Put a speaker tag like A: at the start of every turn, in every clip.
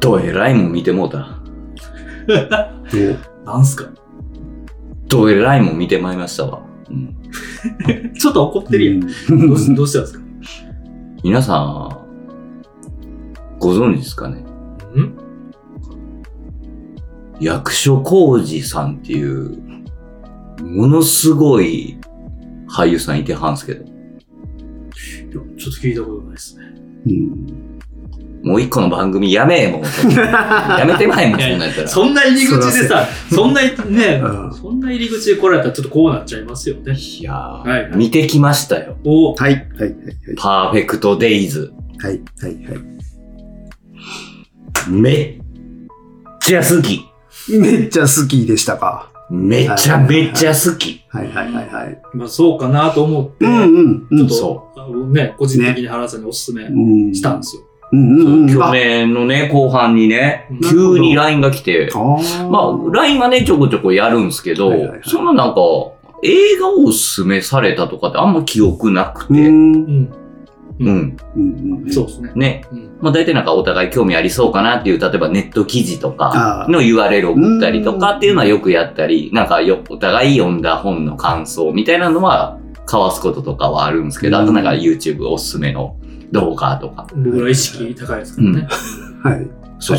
A: どえらいもん見てもうた。
B: お
A: なんすかどえらいもん見てまいりましたわ。うん、
C: ちょっと怒ってる
B: う
C: やん。
B: ん
C: どうしどうしたんですか
A: 皆さん、ご存知ですかね
C: ん
A: 役所広司さんっていう、ものすごい俳優さんいてはんすけど、
C: いやちょっと聞いたことないですね。
B: うん
A: もう一個の番組やめえもん。 やめてまえもん、
C: い
A: そ
C: やい
A: ん
C: や
A: なんやったら。
C: そんな入り口でさ、そんな、ね
B: うん、
C: そんな入り口で来られたらちょっとこうなっちゃいますよね。
A: いやー、
C: はいはい
A: 見てきましたよ。
C: おお、
B: はい、はい、はい、
A: パーフェクトデイズ。
B: はい、はい、はい。
A: めっちゃ好き。
B: めっちゃ好きでしたか。
A: めちゃめちゃ好き。
B: はい、はい、はい、はい。
C: まあそうかなと思って、
B: うん、うん、う
C: ちょ
B: ん。
C: っ
A: そ
C: あのね、個人的に原さんにおすすめ
B: うん
C: したんですよ。
B: うん、
A: う。
B: うん、うん。
A: 去年のね、後半にね
C: うん、
A: 急に LINE が来て、
B: あー
A: まあ、LINE はね、ちょこちょこやるんですけど、
B: はいはいはい
A: そのなんか、映画をおすすめされたとかってあんま記憶なく
B: う
A: て、うん。
B: ん、う、
C: うんん。
B: うん。
C: そうですね。
A: ね。
C: うん。
A: まあ大体なんかお互い興味ありそうかなっていう、例えばネット記事とか
B: あー
A: の URL を送ったりとかっていうのはよくやったり、なんかよ、お互い読んだ本の感想みたいなのは交わすこととかはあるんですけど、
B: うん
A: あとなんか YouTube おすすめの動画とか。
C: 僕ら意識高いですからね。
B: はい。
A: そう。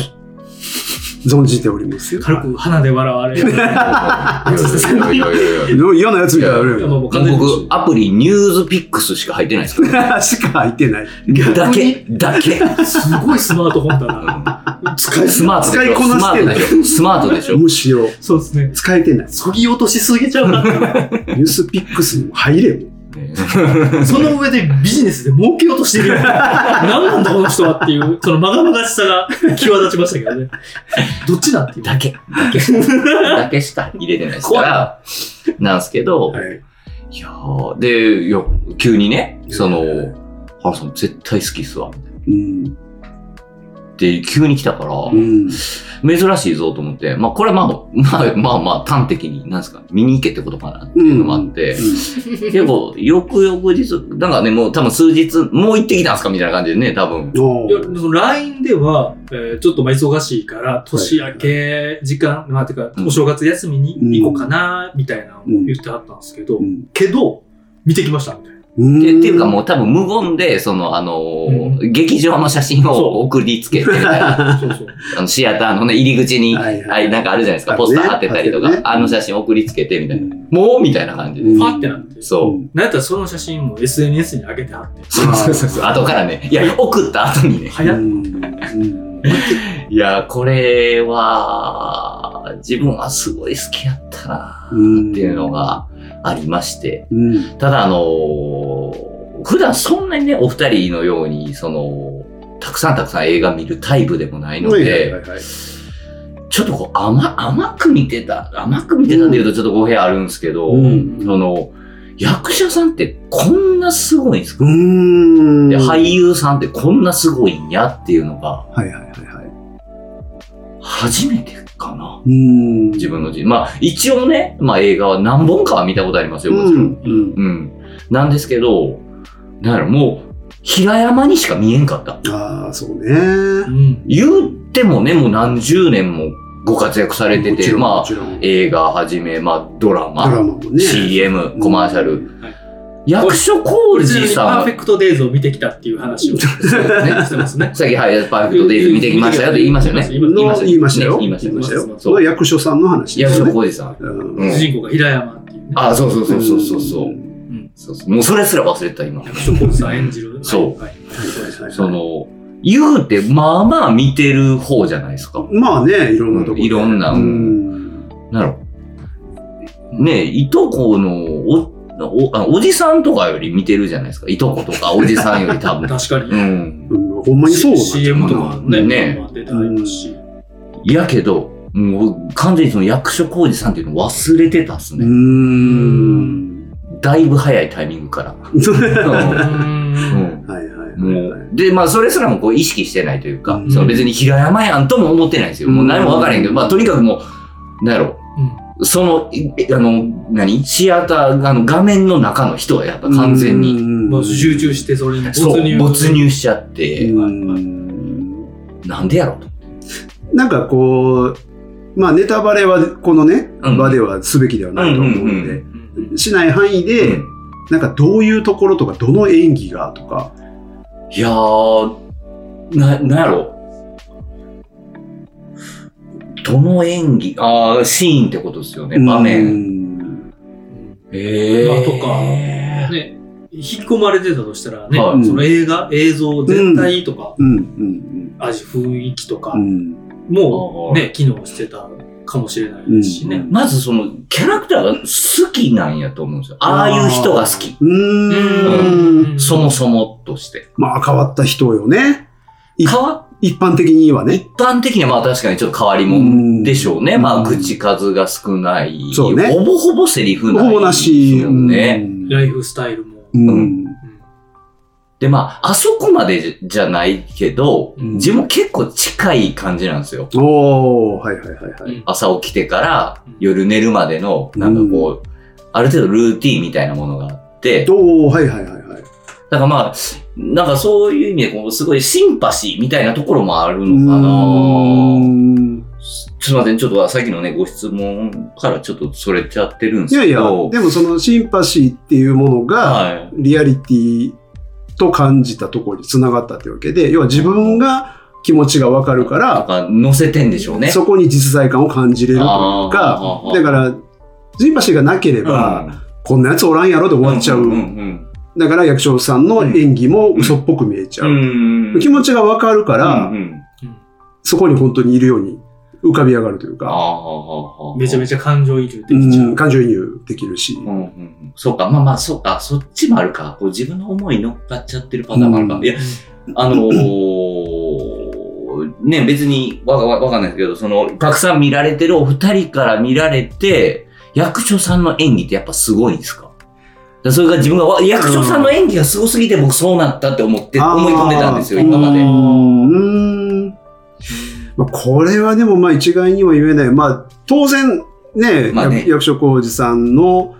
B: 存じておりますよ。
C: 軽く鼻で笑われ
A: い
C: る。
A: やいやいやいや
B: でも嫌なやつみたいなのあるよね。
C: もうもう完全に
A: 僕、アプリニューズピックスしか入ってないですから。
B: しか入ってない。
A: だけ、だけ。
C: すごいスマートフォンだな。
A: 使いスマートでしょ
B: 使いこなしてない
A: スマートでしょスマートでしょ
B: むしろ、
C: そうですね。
B: 使えてない。
C: そぎ落としすぎちゃうな。
B: ニュースピックスにも入れよ。
C: その上でビジネスで儲けようとしてる。 何なんだこの人はっていう、そのまがまがしさが際立ちましたけどね。どっちだっていう。
A: だけ、だけ、だけしか入れてないですから、なんですけど、い、
B: はい。
A: やーで、いや、急にね、その
B: いやいやいや、
A: ハルさん絶対好きっすわ、みたいな。
B: うん。
A: で、急に来たから、
B: うん。
A: 珍しいぞと思って、まあこれはまあ、まあまあまあ端的に、なんですか、見に行けってことかなっていうのもあって、結構、翌々日、なんかね、もう多分数日、もう行ってきたんですかみたいな感じでね、多分。
B: お
C: いやその LINE では、えーちょっとまあ忙しいから、年明け時間、まあてか
A: う、ん
C: お正月休みに行こうかな、みたいなのを言ってはったんですけど、
B: うん。
C: けど、見てきました、みたいな。
B: うん
A: でっていうかもう多分無言で、そのあのー劇場の写真を送りつけて、 あ
C: そうそう。
A: のシアターのね、入り口に、
B: はい
A: あ
B: はい
A: れなんかあるじゃないですか、
B: あ
A: ポスター貼ってたりとか、
B: ね
A: あの写真送りつけてみたいな。
B: うん
A: もうみたいな感じで。
B: うん
C: ファってなって。
A: そう。
C: なんやったらその写真も SNS に上げてはって。
A: そうそうそうそう。後から ね、いや、送った後にね、
B: う
C: 早っ。
B: ん。うん
A: いや、これは、自分はすごい好きやったな
B: うん
A: っていうのがありまして。
B: うん。
A: ただあのー普段そんなにね、お二人のように、その、たくさんたくさん映画見るタイプでもないので、
B: はいはいはいはい
A: ちょっとこう甘、甘く見てた、甘く見てたっていうとちょっと語弊あるんですけど、
B: うん
A: その、役者さんってこんなすごいんですか、
B: うん。
A: で
B: は
A: 俳
B: い
A: 優さんってこんなすごいんやっていうのが、
B: はいはいはい。
A: 初めてかな。
B: うん。
A: 自分の人まあ、一応ね、まあ映画は何本かは見たことありますよ、もちろん。
B: うん。うん。
A: うん。なんですけど、なんやろ、もう、平山にしか見えんかった。
B: ああ、そうね。
C: ん。
A: 言ってもね、もう何十年もご活躍されて
B: もち
A: て、
B: ろんも
A: まあ、
B: ちろんド
A: 映画はじめ、まあ、ドラマ、
B: ラマもね。
A: CM、コマーシャル。
B: うん
A: 役所
C: オ
A: 広
C: リジナル
A: 司
C: にパー
A: さ
C: フェ
A: ん。
C: クトデイズを見てきたっていう話 をして
A: そうですね
C: ますね。
A: さっき、はい、パーフェクトデイズ見てきましたよって言いましたよね。
C: 今
B: の言いましたよ。
A: ね言いましたよ
B: 言いました
C: 言いまし
B: よ。
C: た
B: その役所さんの話で
A: 役
B: す
A: 所
B: よね。
A: 広司さん。
B: うん
A: うん
C: 主人公が平山っていうね。
A: あ、そうそうそうそうそうそう。
C: ん
A: そうそうもうそれすら忘れてた、今。
C: 役所広司さん演じる。
A: そう
C: はい。はい
B: はい
A: その、言うて、まあまあ見てる方じゃないですか。
B: まあね、いろんなとこ
A: うんいろんな
B: うん。
A: なるねえ、いとこのお、お、あおじさんとかより見てるじゃないですか。いとことかおじさんより多 分。
C: 確かに。
A: うん。
B: うんほんまにそうなんちゃう
C: CM と
B: か
C: か
B: な
C: ね、
A: ね
C: 出てありますし。
A: やけど、もう完全にその役所広司さんっていうの忘れてたっす
B: う
A: ね。
B: ん。
A: だいぶ早いタイミングから。う
C: うん
A: ん
B: はいはいはい。
A: もう、で、まあ、それすらもこう意識してないというか
B: う、ん
A: その別に平山やんとも思ってないんですよ。もう何もわからへんけど、
B: うん
A: まあ、とにかくもう、なんやろ、その、いえあの、何シアター、あの、画面の中の人はやっぱ完全に、
B: に
C: まあ集中してそれに没
A: そう、
C: 入。
A: 没入しちゃって、
B: うん。
A: なんでやろうと。
B: なんかこう、まあネタバレはこのね、
A: うん
B: 場ではすべきではないと思うんで、
A: うんうん
B: しない範囲で、なんかどういうところとか、どの演技がとか、
A: いやー、な、なんやろどの演技ああ、シーンってことですよね、場面。
B: 面。
A: ええー。
C: まあとかね、引き込まれてたとしたらね、
A: はい
C: その映画、映像全体とか、
B: うん、うん、
C: 味、雰囲気とか
B: うん。う、ん
C: もうね、機能してたかもしれないですしね。
B: うん
A: まずその、キャラクターが好きなんやと思うんですよ。ああいう人が好き。
B: うーん。
A: そもそもとして。
B: まあ変わった人よね。い
A: 変わ
B: 一般的にはね。
A: 一般的にはまあ確かにちょっと変わりもんでしょうね。
B: うん
A: まあ口数が少ない。
B: そうね
A: ほぼほぼセリフない。
B: ほぼなし。
A: よ
B: うん
A: ね。
C: ライフスタイルも。
B: う。
A: うんでまあ、あそこまでじじゃないけど、
C: うん
A: 自分結構近い感じなんですよ。
B: おー、はいはいはいはい。
A: 朝起きてから
C: うん
A: 夜寝るまでの、なんかこう、ある程度ルーティンみたいなものがあって、
B: おー、はいはいはいは
A: だ
B: い。
A: からまあ、なんかそういう意味で、こう、すごいシンパシーみたいなところもあるのか
B: うー
A: なんすいません、ちょっとさっきのね、ご質問からちょっとそれちゃってるんで
B: い
A: す
B: やい
A: け
B: や、
A: ど、
B: でもそのシンパシーっていうものが、
A: はい。
B: リアリティと感じたところにつながったというわけで、要は自分が気持ちがわかるか
A: なん
B: ら、
A: か乗せてんでしょうね。
B: そこに実在感を感じれるという
A: あ
B: か
A: ー、
B: だから、シンパシーがなければ、こんなやつおらんやろで終わっちゃ
A: うんう
B: う。
A: ん
B: だから役所さんの演技も嘘っぽく見えちゃ
A: う
B: う。
A: ん。うん。
B: 気持ちがわかるか
A: う
B: ら
A: ん、うん
B: そこに本当にいるように浮かび上がるという
A: あ
B: か、
A: あ。
C: めちゃめ
A: ち
C: ちゃ感情移入で
B: う
C: きちゃう。
B: ん感情移入できるし。
A: うんうんうん。そうか、まあまあ、そうか、そっちもあるか。こう自分の思いに乗っかっちゃってるパターンもあるか。
B: うん
A: いや、あのー、ね、別にわかわわかんないですけど、その、たくさん見られてるお二人から見られて、役所さんの演技ってやっぱすごいんですかだそれが自分が、わ役所さんの演技がすごすぎて僕そうなったって思って、
B: あー
A: 思い込んでたんですよ、今ま
B: う
A: で。
B: ーんまあ、これはでもまあ一概には言えない。まあ、当然ね、
A: まあね
B: 役役所広司さんの、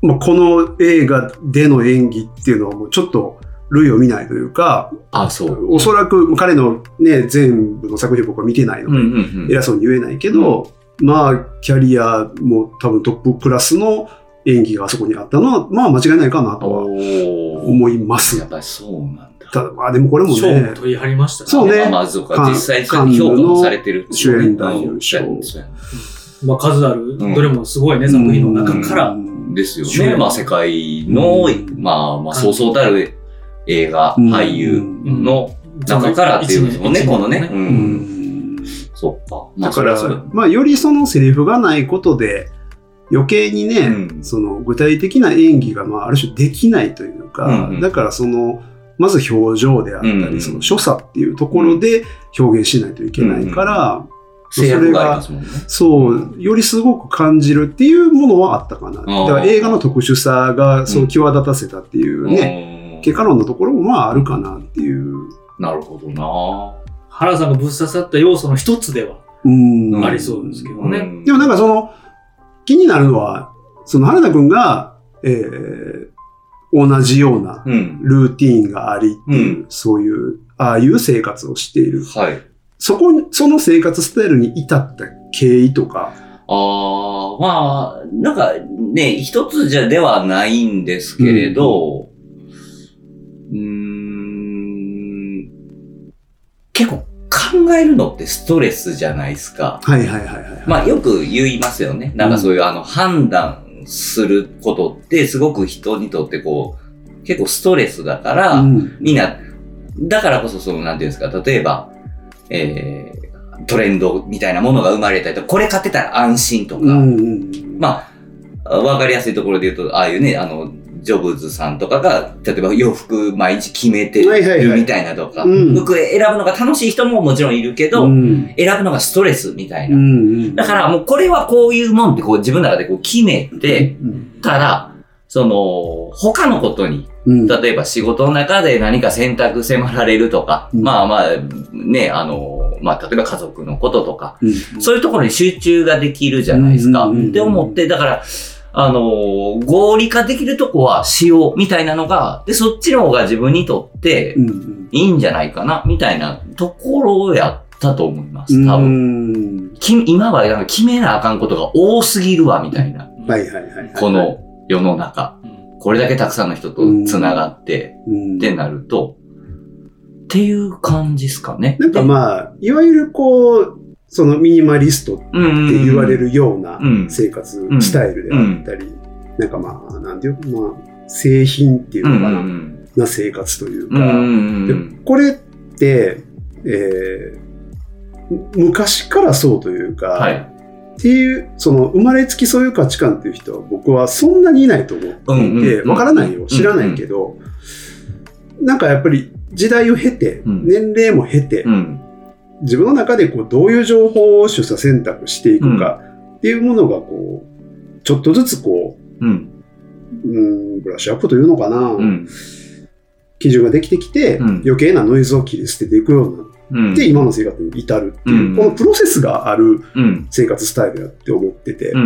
B: まあ、この映画での演技っていうのはもうちょっと類を見ないというか、
A: あ、そう。
B: おそらく彼のね、全部の作品僕は見てないの
A: うん
B: で、
A: うんうん。
B: 偉そうに言えないけど、まあ、キャリアも多分トップクラスの演技があそこにあったのは、まあ間違いないかなとは
A: お
B: 思います
A: やっ。ぱりそうなんだ。
B: ただ、まあでもこれもね、
C: 賞も取り張りましたね。
B: そうね
A: まあまあ、そうか。
B: カン
A: 実際、そうやって評価もされてる。
B: カンヌの主演男優賞
A: そうや
C: まあ数ある、
A: うん
C: どれもすごいね、作品の中から。
A: ですよ
C: 主
A: ね。
C: 演
A: まあ、世界の
B: うん、
A: まあ、まあ、そうそうたる映画、
B: うん
A: 俳優
C: うん
A: の中からっていうんですもんね、
C: 一年
A: このね。
C: 一
A: う。
C: 年
B: うんん
A: そっか。まあ、
B: だか
A: それ
B: ら
A: はそれ。
B: まあよりそのセリフがないことで余計にね、
A: うん
B: その具体的な演技がまあある種できないというか、
A: うんうん
B: だからそのまず表情であったり、
A: うんうん
B: その所作っていうところで表現しないといけないから、
A: 制約がありますもんね。
B: そうよりすごく感じるっていうものはあったかな、だから映画の特殊さがそう際立たせたっていうね、
A: ね
B: 結果論のところもまああるかなっていう、
A: なるほどな
C: 原さんがぶっ刺さった要素の一つでは
B: うん
C: ありそうですけどね。
A: うん
B: でもなんかその、気になるのは、その原田くんが、えー同じような
A: うん。
B: ルーティーンがありっていう、そういう、ああいう生活をしている。
A: はい。
B: そこに、その生活スタイルに至った経緯とか、
A: ああ、まあ、なんかね、一つじゃではないんですけれど、うーん、結構考えるのってストレスじゃないですか。
B: はいはいはいはい。
A: まあよく言いますよね。なんかそういうあの判断することってすごく人にとってこう、結構ストレスだから、
B: うん
A: みんな、だからこそその、なんていうんですか、例えば、えー、トレンドみたいなものが生まれたりとか、これ買ってたら安心とか、
B: うんうん
A: まあ、わかりやすいところで言うと、ああいうね、あの、ジョブズさんとかが、例えば洋服毎日決めて
B: はいはい
A: る
B: はい
A: みたいなとか、
B: うん
A: 服選ぶのが楽しい人ももちろんいるけど、
B: うん
A: 選ぶのがストレスみたい
B: うんう
A: な。
B: ん
A: だからもうこれはこういうもんってこう自分の中でこう決めて
B: うん
A: たら、その、他のことに
B: うん
A: 例えば仕事の中で何か選択迫られるとか、
B: うん
A: まあまあ、ね、あの、まあ例えば家族のこととか、
B: うん
A: そういうところに集中ができるじゃないですか。
B: うんうんうんうん
A: って思って、だから、あの、合理化できるとこはしようみたいなのが、で、そっちの方が自分にとって
B: うんうん
A: いいんじゃないかな、みたいなところをやっったと思います。
B: う
A: 多分。
B: ん。
A: き今はなんか決めなあかんことが多すぎるわ、みたいな。
B: はいはいはい。
A: この世の中。
C: うん
A: これだけたくさんの人と繋がって、
B: うん
A: ってなると、っていう感じですかね。
B: なんかまあ、いわゆるこう、そのミニマリストって
A: うんうんうん、って
B: 言われるような
A: うん
B: 生活スタイルであったり、なんかまあ、なんていうのまあ、製品っていう
A: うん
B: の
A: う
B: かな、
A: ん
B: な生活とい
A: う
B: う
A: ん。う
B: か、
A: んうんう
B: で
A: ん
B: これって、えー昔からそうというか、
A: はい。
B: っていう、その生まれつきそういう価値観っていう人は僕はそんなにいないと思って
A: うん
B: い
A: うん
B: て、
A: うん
B: わからないよ、知らないけど、なんかやっぱり時代を経て、
A: うん
B: 年齢も経て
A: う、ん。
B: 自分の中でこうどういう情報を取捨選択していくかっていうものがこう、ちょっとずつこう、
A: うん。
B: うーん、ブラッシュアップというのかな、
A: うん。
B: 基準ができてきて、
A: うん
B: 余計なノイズを切り捨てていくようになっ
A: うん。
B: て、今の生活に至るっていう、
A: うん
B: このプロセスがある
A: うん。
B: 生活スタイルだって思ってて、
A: うん。う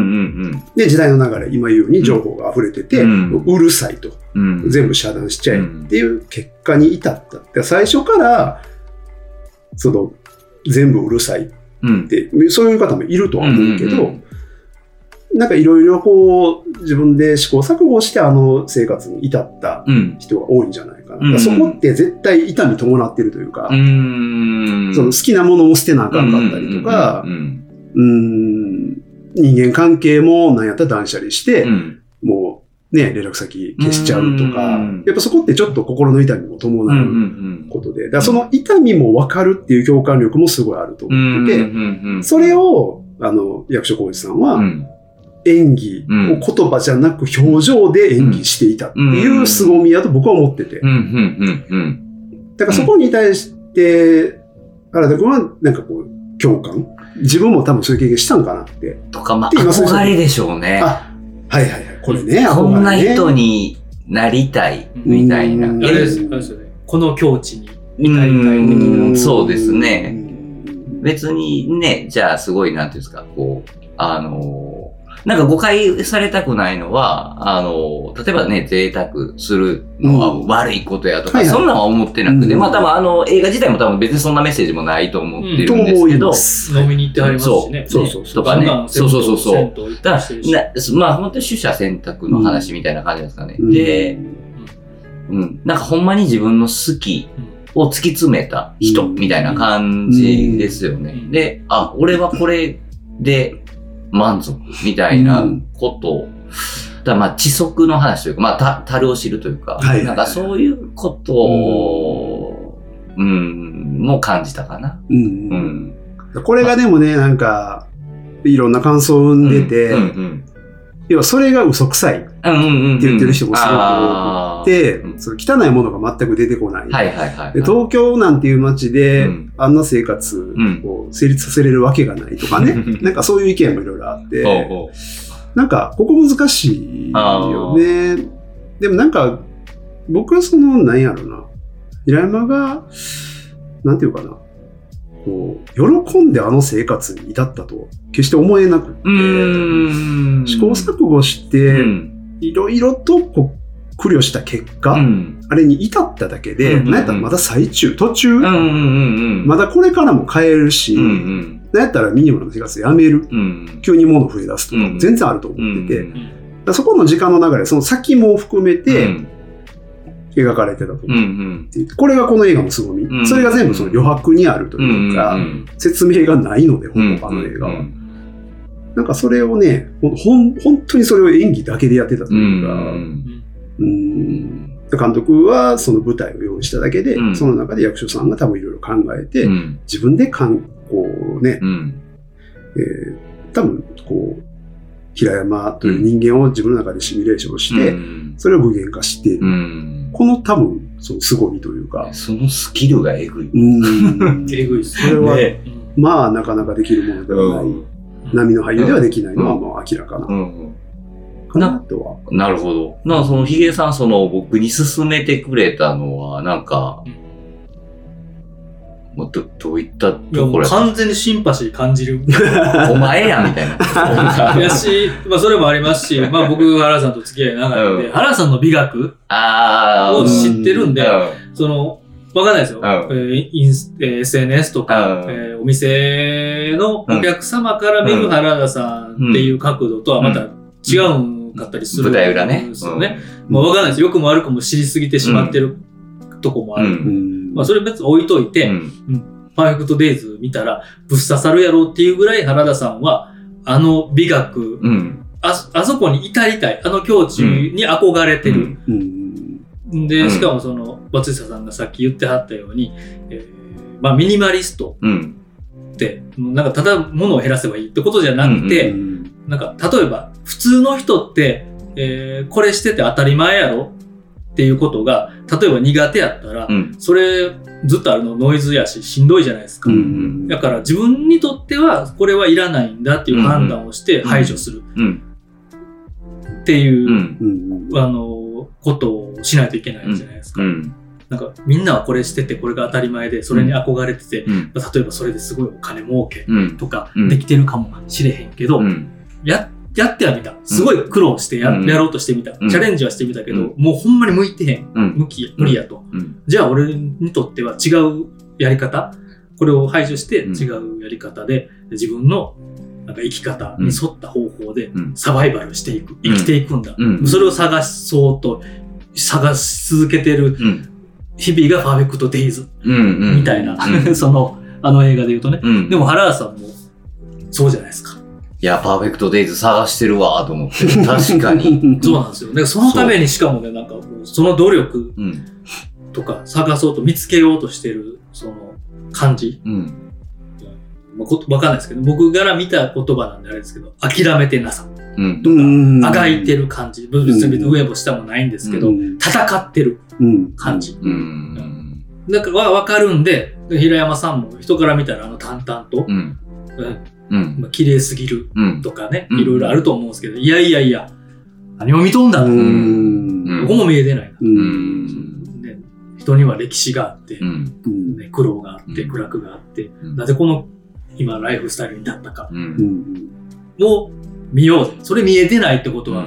A: ん。
B: で、時代の流れ、今言うように情報が溢れてて、
A: う
B: うんるさいと、
A: うん。うん。
B: 全部遮断しちゃえ
A: うん
B: っていう結果に至った。だから最初から、その、全部うるさいっ
A: うん。
B: て、そういう方もいるとは思うけど、
A: うんうん
B: なんかいろいろこう、自分で試行錯誤してあの生活に至った
A: うん。
B: 人が多いんじゃないかな。だ
A: うん
B: からそこって絶対痛み伴ってるというか、
A: うん。
B: その好きなものを捨てなあかんかったりとか
A: う、ん。
B: うん人間関係もなんやったら断捨離して、
A: うん。
B: もうね、連絡先消しちゃうとか
A: うん、
B: やっぱそこってちょっと心の痛みも伴
A: うん。うん。う。
B: うんことで、だからその痛みも分かるっていう共感力もすごいあると
A: う
B: 思
A: ん。
B: ってて、
A: うん。
B: それを、あの、役所広司さん
A: う
B: は、
A: ん。
B: 演技
A: う
B: を
A: ん
B: 言葉じゃなく表情で演技していたっていう凄みやと僕は思ってて
A: う、ん。うん。うん。
B: だからそこに対して、原田君はなんかこう、共感自分も多分そういう経験したんかなって。
A: とか、まあ、
B: って今そういう
A: 憧れでしょうね。
B: あ、はいはいはい、これね、
A: こんな
B: 憧れね
A: 人になりたい、
C: うん
A: みたいな。
B: うん
C: あれです
A: え
C: あれですよね。この境地に。
A: う
C: たいみたいな
A: ーんそうですね。。
B: うん
A: 別にね、じゃあすごい、なんていうんですか、こう、あのーなんか誤解されたくないのは、あのー例えばね、贅沢するのは
B: うん
A: 悪いことやとか、
B: はいはい
A: そんなんは思ってなくて、
B: うん
A: まあ多分あの、映画自体も多分別にそんなメッセージもないと思って
C: と
A: るんですけど、
B: す
C: 飲みに行ってはりますしね。
B: そうそうそう
A: とかねそうそうそうそう
C: う
A: だからなまあ本当に取捨選択の話みたいな感じなんですかね。
B: うん
A: で、、うん、なんかほんまに自分の好きを突き詰めた人
B: うん
A: みたいな感じですよね。
C: うん
A: で、あ、俺はこれで満足みたいなことを、だからまあ、知足の話というか、まあ、た、樽を知るというか、
B: はいはいはい
A: なんかそういうことを、うん、もう感じたかな。
B: う
A: うんん。
B: これがでもね、なんか、いろんな感想を生んでて、
A: うんうん
B: 要はそれが嘘くさいっ
A: うん。うんうんうん。って
B: 言ってる人もすごく多くて
A: う、ん
B: その汚いものが全く出てこない。
A: はいはいはい。
B: で東京なんていう街で、
A: うん
B: あんな生活を成立させれるわけがない とかね、
A: うん
B: なんかそういう意見もいろいろあって、
A: おうおう
B: なんか、ここ難しいよね。でもなんか、僕はその、なんやろな。平山が、なんていうかな。こう、喜んであの生活に至ったと、決して思えなくて、
A: うーん。
B: 試行錯誤し
A: う
B: て、
A: ん。
B: いろいろとこう苦慮した結果、
A: うん。
B: あれに至っただけで、
A: うんうんうん
B: なんやったらまだ最中、途中、
A: うんうんうんうん。
B: まだこれからも変えるし、
A: う
B: なん
A: うんん。
B: やったらミニマルの生活やめる。
A: うん。
B: 急に物増え出すとか、
A: うん
B: 全然あると思
A: うん
B: ってて、だからそこの時間の流れ、その先も含め
A: う
B: て
A: ん
B: 描かれてたと思う
A: うんうん
B: これがこの映画の凄み、
A: うん
B: それが全部その余白にあると
A: うんうん
B: いううんか、説明がないので、ほぼあの映画は、なんかそれをね、ほほん本当にそれを演技だけでやってたと
A: う
B: いうんか、
C: うん
B: うん監督はその舞台を用意しただけで、
A: うん
B: その中で役所さんが多分いろいろ考えて、
A: うん
B: 自分でかんこうね、
A: うん
B: えー多分こう、平山という人間を自分の中でシミュレーションして、
A: うん
B: それを具現化している。
A: うん
B: この多分、その凄みというか、
A: そのスキルがえぐいう
B: ー ん
C: えぐいっす
B: これは、
A: ね
C: うん
B: まあ、なかなかできるものではない。波の俳優ではできないのは、まあ、明らかな。
A: うん
B: かなとは。
A: なるほど。なんかそのヒゲさん、その僕に勧めてくれたのは、なんか
C: うん、
A: もうどどういった
C: いや
A: と
C: も
A: こ
C: う
A: ろや
C: 完全にシンパシー感 じる。
A: お前やみたい
C: や
A: な。
C: し、まあそれもありま すし、まあ僕、原さんと付き合い長いん
A: う
C: で、
A: ん
C: 原さんの美学
A: ああ。
C: を知ってるんで、その、わかんないですよ。
A: うん
C: えーインスえー SNS とか、
A: うん
C: えーお店のお客様から見
A: う
C: る
A: ん
C: 原田さんっていう角度とはまた違うかったりする
A: 舞台裏ね。
C: ですよね。まあ、わかんないです。よくも悪くも知りすぎてしまってるとこもあ
A: う
C: る。
A: ん。
C: まあ、それ別に置いといて、
A: うん
C: パーフェクトデイズ見たらぶっ刺さるやろうっていうぐらい原田さんは、あの美学、
A: うん。
C: あそあそこに至りたい、あの境地に憧れてる。
B: うん
A: う
C: で、
A: ん
C: しかもその、松下さんがさっき言ってはったように、えーまあ、ミニマリスト
A: うん。
C: って、もうなんかただ物を減らせばいいってことじゃなく
B: う
C: て、
B: ん
C: なんか例えば普通の人って、えーこれしてて当たり前やろっていうことが例えば苦手やったら、
A: うん。
C: それずっとあるのノイズやししんどいじゃないですか、
B: うん
C: だから自分にとってはこれはいらないんだっていう判断をして
A: うん
C: 排除する
A: うん。
C: っていうう、
A: ん。
B: うん
C: あのことをしないといけないじゃないですか、
A: うん。
C: なんかみんなはこれしててこれが当たり前でそれに憧れてて、
A: うん。
C: まあ例えばそれですごいお金儲け
A: うん。
C: とか
A: うん
C: できてるかもしれへんけど、
A: うん。
C: や、やってはみた。すごい苦労してや,、
A: うん
C: やろうとしてみた。チ
A: うん
C: ャレンジはしてみたけど、
A: うん
C: もうほんまに向いてへん。
A: うん。
C: 向き、無理やと。
A: うん。
C: じゃあ俺にとっては違うやり方これを排除して
A: うん
C: 違うやり方で、自分のなんか生き方に沿った方法で
A: うん
C: サバイバルしていく。生きていくんだ。
A: うん
C: それを探そうと、探し続けてる
A: うん。
C: 日々がパーフェクトデイズ
A: うん。
C: みたいな、
A: うん
C: その、あの映画で言うとね。
A: うん。
C: でも原田さんもそうじゃないですか。
A: いや、パーフェクトデイズ探してるわ、と思って。確かに。。
C: そうなんですよね。そのためにしかもね、なんかもうその努力
A: うん。
C: とか探そうと見つけようとしてる、その感じ。
A: うん。
C: まあこわかんないですけど、僕から見た言葉なんであれですけど、諦めてなさ。
A: うん。
B: うん
C: あがいてる感じ。別に上も下もないんですけど、
B: うん
C: 戦ってる
B: うん
C: 感じ。
A: うん。
C: なんかはわかるんで、平山さんも人から見たらあの淡々と、
A: うん。
C: うん
A: うん。
C: まあ綺麗すぎる
A: うん。
C: とかね、
A: うん
C: いろいろあると思うんですけど、いやいやいや、何も見とんだ
B: う
C: と。
B: ん
A: うん
C: ここも見えてないな。
A: う
B: う
A: んん。
C: ね人には歴史があって、
A: うん。
B: うん
C: ね、苦労があって、
A: うん
C: 苦楽があって、
A: うん
C: なぜこの今ライフスタイルになったか
A: う。
B: うんん
C: を見ようぜ。それ見えてないってことは、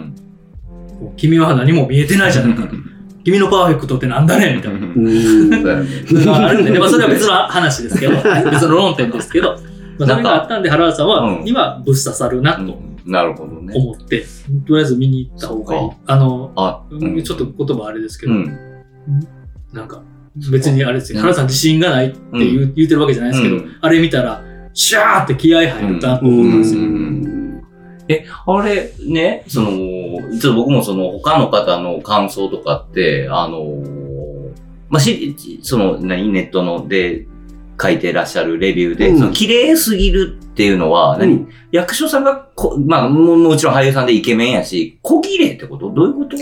C: もう君は何も見えてないじゃないかと。 君のパーフェクトってなんだねみたいな。
B: うん
A: そうだよね
C: のがあるんでね、まあそれは別の話です けど、別の論点ですけど、まあ、それがあったんで原田さんは
A: うん
C: 今ぶっ刺さるなと
A: なるほどね。
C: 思って、とりあえず見に行った方がい
A: そ。
C: いうあの、
A: あ、うん
C: ちょっと言葉あれですけ
A: う
C: ど、
A: ん。
C: なんか別にあれですよ、
A: うん
C: 原田さん自信がないって言う,、言うてるわけじゃないですけど、
A: うん
C: あれ見たら、シャーって気合入ったなと思ったんですよ。
B: うん
A: あれ、ね、その、ちょっと僕もその、他の方の感想とかって、あの、まあ、し、その、何、ネットので書いてらっしゃるレビューで、
B: うん
A: その、綺麗すぎるっていうのは、何、役所さんがこ、まあ、ももちろん俳優さんでイケメンやし、小綺麗ってことどういうこと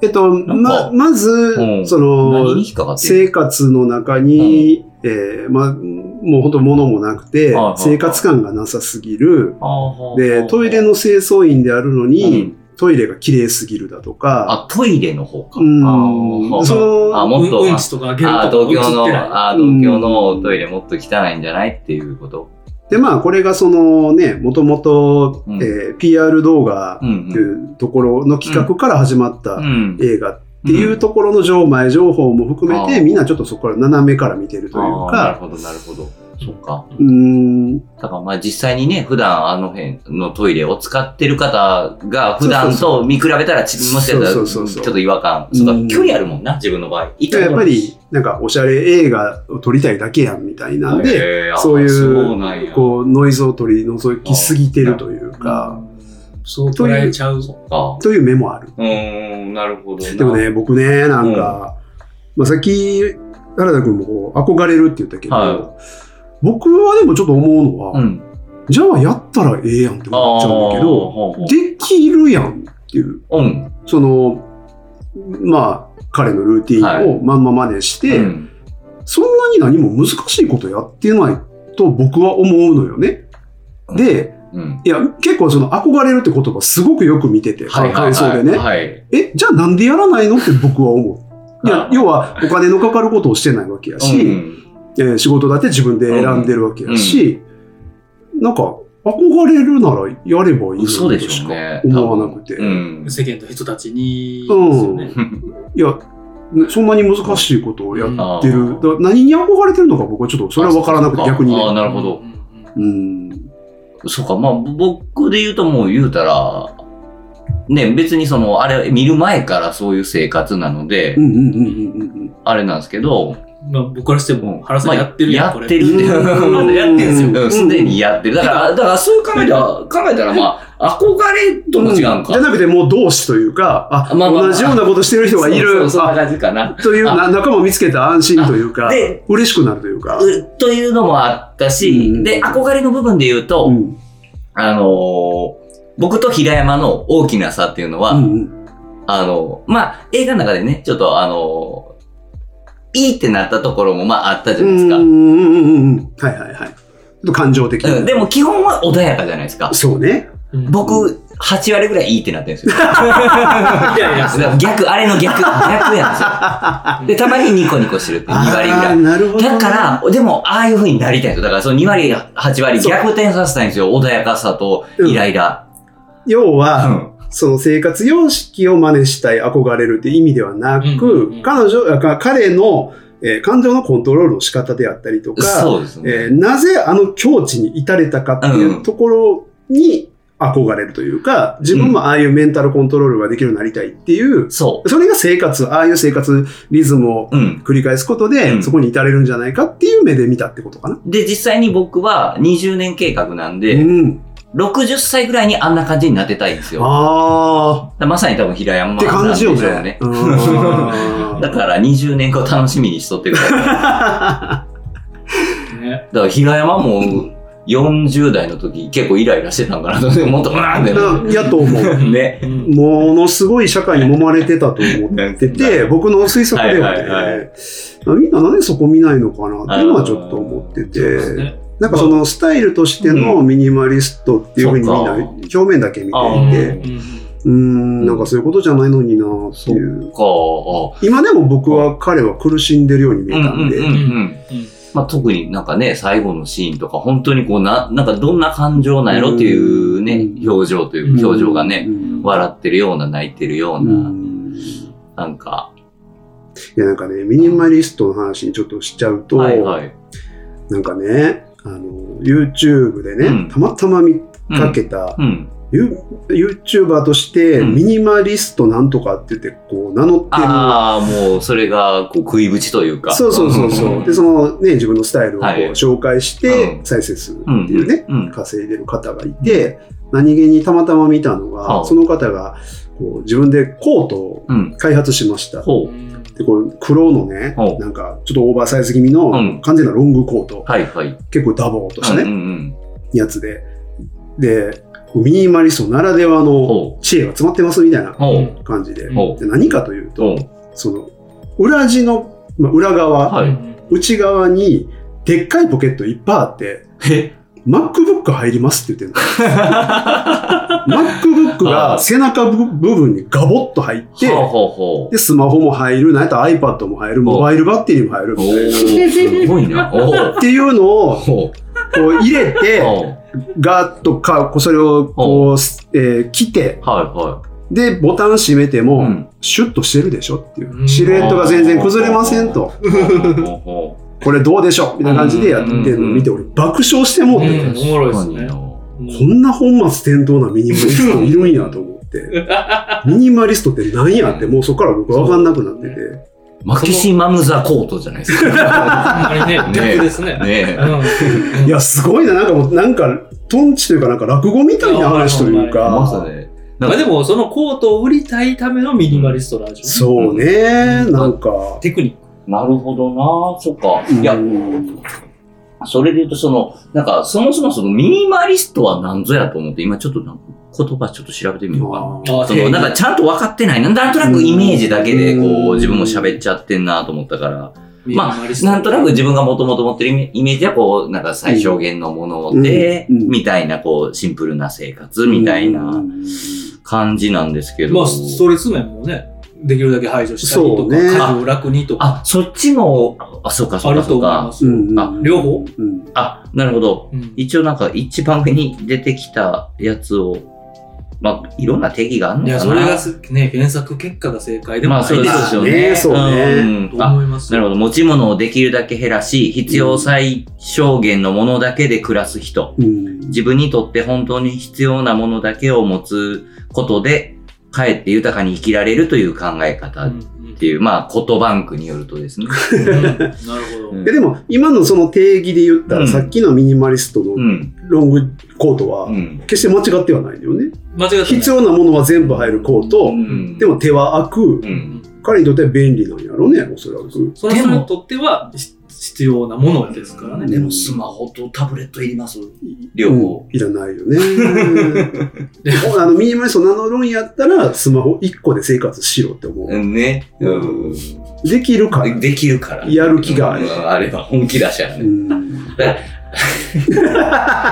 B: えっと、
A: なんか
B: ま、まず
A: う、ん
B: そ
A: 何
B: の
A: に、引っかかってる
B: 生活の中に、えーま、もう本当物もなく
A: は
B: て
A: いはい、
B: 生活感がなさすぎる。
A: あー
B: で、トイレの清掃員であるの
A: う
B: に
A: ん、
B: トイレが綺麗すぎるだとか、
A: あ、トイレの方か。
B: うん
A: あー
B: その
A: あ、もっと、
C: うんうんちとかあげると
A: あ
C: か
A: あ、東京
C: 映ってない
A: の、あー東京のトイレもっと汚いんじゃないっていうこと。
B: で、まあ、これがそのね、もともと
A: うん、
B: えー PR 動画
A: う
B: っ
A: ん
B: ていうところの企画から始まっ
A: う
B: た
A: ん。
B: 映画っていうところの情前情報も含めて、
A: うん
B: みんなちょっとそこから斜めから見てるという
A: あーなる
B: か、
A: ほど、なるほど。そうか。
B: うーん、
A: だからまあ実際にね、普段あの辺のトイレを使ってる方が普段
B: そうそうそ
A: と
B: う
A: 見比べたらち、もしかしたらち
B: そ
A: ょ
B: うそうそうそ
A: っ
B: う
A: と違和感。
B: うん
A: そうか、距離あるもんな、自分の場合。
B: でやっぱり、なんか、おしゃれ映画を撮りたいだけやんみたいなんで、
A: へー、
B: そういう
A: うう
B: こう、ノイズを取り除きすぎてるというか、
C: そう捉えちゃうぞ。
A: か。
B: という目もある。
A: うーん、なるほどな。
B: でもね、僕ね、なんか、まあ、さっき、原田君もこう憧れるって言ったけど、
A: は
B: 僕はでもちょっと思うのは、
A: うん。
B: じゃあやったらええやんって思っちゃうんだけど、
A: ほうほう
B: できるやんっていう。
A: うん。
B: その、まあ、彼のルーティンをまんま真似して、
A: うん
B: そんなに何も難しいことやってないと僕は思うのよね。で、
A: うん。
B: いや、結構その憧れるって言葉すごくよく見てて、
A: はいはいはい
B: 感想でね。
A: はい。
B: え、じゃあなんでやらないのって僕は思う。いや
A: あ、ー
B: 要はお金のかかることをしてないわけやし、
A: うん
B: えー仕事だって自分で選んでるわけやし、なんか憧れるならやればいい
A: 嘘
B: の
A: で
B: に
A: し
B: とし
A: ょう
B: か
A: ね。
B: 思わなくて。
A: うん。
C: 世間の人たちにですよね。
B: いや、ねそんなに難しいことをやってる。だから何に憧れてるのか僕はちょっとそれは分からなくて
A: あ
B: 逆に
A: あ
B: ね。
A: なるほど
C: うんうんうん
B: うん。
A: そうか、まあ僕で言うともう言うたら、ね、別にその、あれ見る前からそういう生活なので、
B: うんうんうんうんうんうん。
A: あれなんですけど、
C: まあ、僕からしても、原さんやってる
A: まあや
C: やん、これ。
A: ってるっていう
B: うん
C: まだやってんですよ。
A: うんすでにやってる。だから、だからそういう考えでは、考えたらまあ、憧れとも違うん
B: じゃ
A: か。
B: なくてもう同志というか、あ、
A: まあまあ
B: 同じようなことしてる人がい
A: そうそ
B: る
A: う。そんな感じかな。
B: というな仲間を見つけた安心というか、
A: で、
B: 嬉しくなるというか。
A: うというのもあったし、
B: うん
A: で、憧れの部分で言うと、
B: ん。
A: あのー僕と平山の大きな差っていうのは、
B: うんうん
A: あの、まあ、映画の中でね、ちょっとあの、いいってなったところもまああったじゃないですか。
B: う
A: うん
B: うんうんうんうん。はいはいはい。ちょっと感情的
A: ん、でも基本は穏やかじゃないですか。
B: そうね。
C: うん
A: 僕、8割ぐらいいいってなってるんですよ。
C: いやいや、
A: 逆、あれの逆、逆やんですよ。で、たまにニコニコしてるって2割ぐ
B: あ
A: ら
B: あ、
A: い。
B: なるほど。
A: だから、でも、ああいう風になりたいんですよ。だから、その2割、8割逆転させたいんですよ。穏やかさとイライラ。
B: 要
A: う
B: は、
A: ん。
B: その生活様式を真似したい、憧れるって意味ではなく、
C: うんうんうん
B: 彼女、あか彼の、えー感情のコントロールの仕方であったりとか、
A: そうですね。
B: えーなぜあの境地に至れたかっていうところに憧れるというか、自分もああいうメンタルコントロールができるようになりたいっていう、
A: そ
B: それが生活、ああいう生活リズムを
A: う。うん。
B: 繰り返すことで、
A: うん
B: そこに至れるんじゃないかっていう目で見たってことかな。
A: で、実際に僕は20年計画なんで、
B: うん。
A: 60歳ぐらいにあんな感じになってたいんですよ。だか
B: あ
A: らまさに多分平山
B: ーって
A: なん
B: 感
A: で
B: じ
A: しょ
B: よ
A: う
B: ね
A: ね。。
B: うん
A: だから20年後楽しみにしとってください。だか
C: ね。
A: ら平山も40代の時結構イライラしてたんかなと思ったなってな。
B: うんやと思う。
A: ね。
C: うん
B: ものすごい社会に揉まれてたと思ってて、僕の推測ではね、
A: はいはい
B: みんななんでそこ見ないのかなっていうのはちょっと思って
C: そうで
B: て、
C: すね。
B: なんかそのスタイルとしてのミニマリストっていうふうにみんな
A: うん
B: 表面だけ見て
A: あ
B: いて、
A: ー
C: うん
B: うーん、なんかそういうことじゃないのになっていう。
A: かあ
B: 今でも僕は彼は苦しんでるように見えたんで、
A: うん
C: うん
A: うんうんまあ、特になんかね、最後のシーンとか、本当にこうな、なんかどんな感情なんやろっていうね、
B: うん
A: 表情という表情がね、
B: うん
A: 笑ってるような泣いてるよう
B: う
A: な、
B: ん
A: なんか、
B: いやなんかね、ミニマリストの話にちょっとしちゃうと、
A: はいはい。
B: なんかね、あの、YouTube でね、
A: うん
B: たまたま見
A: うん
B: かけた、
A: うん。
B: ユ YouTuber として、
A: うん
B: ミニマリストなんとかって言って、こう、名乗ってる。
A: ああ、もうそれがこう食いぶちというか。
B: そうそうそうそう。で、そのね、自分のスタイルをこう
A: はい
B: 紹介して
A: う、ん
B: 再生数って
A: うん
B: いうね、
A: うん
B: 稼いでる方がいて、何気にたまたま見たの
A: は
B: が、
A: あ
B: その方が、こう、自分でコートを
A: うん。
B: 開発しました。
A: ほ
B: で、こう、黒のね
A: は、あ
B: なんか、ちょっとオーバーサイズ気味の
A: うん
B: 完全なロングコート
A: う。、はいはい。
B: 結構ダボーっとした
A: うんう
B: ね、
A: ん
B: やつで。で、こうミニマリストならでは
A: うん。
B: の
A: ほ
B: 知恵が詰まってますみたいな
A: う。ほう。
B: 感じで。
A: ほう。
B: で何かという
A: ほ
B: と、
A: う。
B: その、裏地の、まあ、裏側、
A: はい
B: 内側に、でっかいポケットいっぱいあって、
A: え
B: MacBook 入りますって言っ てるの。MacBook
A: は
B: が
A: い
B: 背中部部分にガボッと入って、
A: ほうほうほう。
B: で、スマホも入る、なんやったら iPad も入る、モバイルバッテリーも入る
A: お
B: みたい
A: ー
B: な。
A: すごいな。おー
B: っていうのを、こ
A: ほう。
B: う入れて、
A: ほう。
B: ガーッとか、こうそれをこう、すえー切って、
A: は
B: で、ボタン閉めて
A: い
B: も、
A: はい。うん。
B: シュッとしてるでしょっていうう。
C: ん
B: シルエットが全然崩れませんと。
A: ほうほう
B: これどうでしょうみたいな感じでやってるのを見て、俺爆笑してもうて、
C: うんおもろいっす
A: 確かに
C: ね
A: な
B: こんな本末転倒なミニマリストいるんやと思 って。ミニマリストって何やって、もうそこから僕は分かんなくなってて。
A: マキシマムザコートじゃないですか。
C: あれね、逆ですね。
A: ねえ。
C: うん
B: いや、すごいな。なんかもう、なんか、トンチというか、なんか落語みたいな話という
C: あ
A: ま
B: か。
A: さね。
C: まあでも、そのコートを売りたいためのミニマリストなんでしょ
B: そうね。なんか。
C: テクニック。
A: なるほどなそっか。いや
B: う、ん
A: それで言うと、その、なんか、そもそもそのミニマリストは何ぞやと思って、今ちょっとなんか言葉ちょっと調べてみようかな。
C: あ
A: そのなんかちゃんと分かってない。なんなんとなくイメージだけで、こ
B: うん
A: う、自分も喋っちゃってんなと思ったから。
C: まあ、
A: なんとなく自分がもともと持ってるイメイメージは、こう、なんか最小限のもので、
B: うんうん
A: みたいな、こう、シンプルな生活みたいな感じなんですけど。
C: まあ、ストレス面もね、できるだけ排除したり
B: そ
C: と
B: う
C: か、
B: ね
C: 家事を楽にとか、
A: あ、そっちも、あ、そうか、そ
C: あ
A: う
C: る
A: か、
C: と
A: そ
C: 思
A: う
C: いま
A: か。あ
C: すよ。両方
B: うん
A: あ、なるほど。
C: うん
A: 一応なんか一番上に出てきたやつをまあ、いろんな定義があるの
C: い
A: かな。
C: や、それがすね、検索結果が正解でも
A: まあ
C: ない
A: そうですよ
B: ね
A: ね。
B: そう
A: う
B: ね。
A: ん
C: と
A: あ
C: 思います。
A: なるほど。持ち物をできるだけ減らし、必要最小限のものだけで暮らす人。
B: うん
A: 自分にとって本当に必要なものだけを持つことで、かえって豊かに生きられるという考え方
C: う
A: っ
C: んうん
A: ていう、まあ、ことバンクによるとですね。
C: うんなるほど。
A: うん
B: えでも、今のその定義で言った
A: う
B: ら、
A: ん
B: さっきのミニマリストの
A: うん。
B: ロングコートは
A: う、ん。
B: 決して間違ってはないんだよね。
C: 間違ってない
B: 必要なものは全部入るコート
C: う、ん
B: でも手は開く
A: う、。
C: うんん
B: 彼にとっては便利なんやろね、おそらく。
C: その人にとってはひ必要なものですからね。
A: でも、スマホとタブレットいります両
B: う
A: 方。
B: んいらないよね。あのミニマリスト名乗るんやったら、スマホ1個で生活しろって思う。
A: うんね。
B: うん
A: う
B: できるから。
A: ん。できるから。
B: やる気がある
A: うんあれば本気出しゃ
B: う
A: ね。
B: ん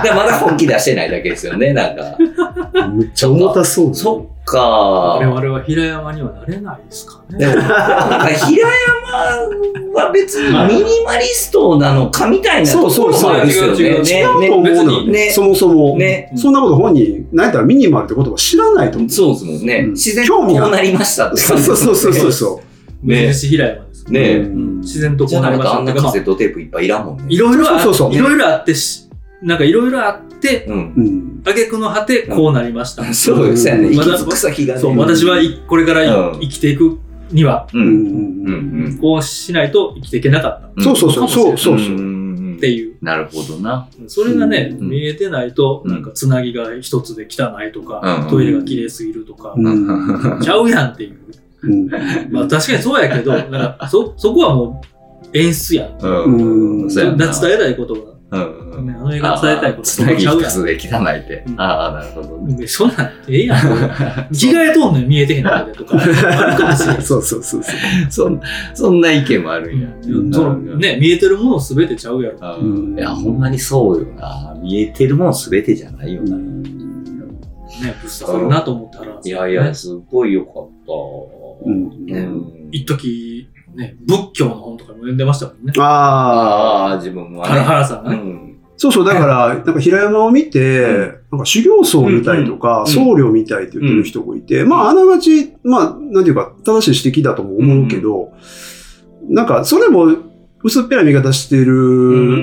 A: でまだ本気出してないだけですよね、なんか。
B: めっちゃ重たそう。
A: そっか
C: 我々は平山にはなれないですか
A: で
C: ね。
A: も、なんか平山は別にミニマリストなのかみたいなところもあるんですよね。
C: そうそうそう
B: 違うと
A: ね
B: 思う
A: ね
B: のよ
A: ね
B: そもそも。
A: ね
B: そんなこと本人、なんやったらミニマルって言葉知らないと思う。
A: そうですもんね。
B: うん
A: 自然と
B: 興味が
A: こうなりましたって
B: そうそうそうそうそ
A: ね
C: 無印平山です。
B: う。
A: ねえ
B: うん
C: 自然と
A: じ
C: こ
A: ゃ
C: うな
A: な
C: り
A: いと
C: まし
A: あんな
C: たっていう
A: カセ
C: か。
A: ットテープいっぱいいらんもんね。
C: いろいろあ
B: そうそうそう
C: いろいろあってし、なんかいろいろあって、
A: うん。
B: うん。
C: 挙句の果てこうなり ました。
A: そうですよね。
C: ま
A: 行
C: だ
A: き着く先がね。
C: そう、
B: まだ
C: 私はいこれからい
A: うん
C: 生きていくには、
A: う。
B: うんん
A: うん。うん。
C: こうしないと生きていけなかったっ
B: そうそうそう。そうそうそう。
C: て
A: う。
C: いう。
A: なるほどな。
C: それがね、
A: うん
C: 見えてないと、
A: うん
C: なんかつなぎが一つで汚いとか、
A: うん
C: トイレが綺麗すぎるとか、
B: うん
C: ちゃうやんっていう。
B: うん
C: まあ確かにそうやけ ど、なんかそ、そこはもう演出やん。
A: うん。
B: うん
A: そうやん
C: 伝
A: な
C: えたいことが、
A: うんうん
C: ね、あの映画伝えたいこと
A: つなぎ
C: ちゃう
A: 一
C: や
A: つで汚いって
C: う。ん
A: ああ、なるほどね。
C: ん。そんなんええ やん。着替えとんのに見えてへんからとか、あるかもしれん。
B: そうそうそうそう。
A: そんそんな意見もあるんや。
C: うんそのね、見えてるものすべてちゃうやろ。
A: あ
B: うん
A: ーいや、ほんまにそうよな。見えてるもん全てじゃないよな。
C: ね、ぶっ刺さるなと思ったら。
A: いやいや、
C: ね
A: すごいよかっ
B: う
A: た。う
B: ん
A: ん
C: 一時ね、仏教の本とかも読んでましたもんね。
B: ああ。
A: ああ、自分は
C: 原
A: ね。
C: 原さんが
A: う
C: ね。
A: ん
B: そうそう、だから、なんか平山を見て、
A: う
B: なんか修行僧みたいとか、
A: ん
B: 僧侶みたいって言ってる人がいて、まあ、あながち、まあ、なんていうか、正しい指摘だとも思うけど、なんか、それも薄っぺらい見方してる
A: う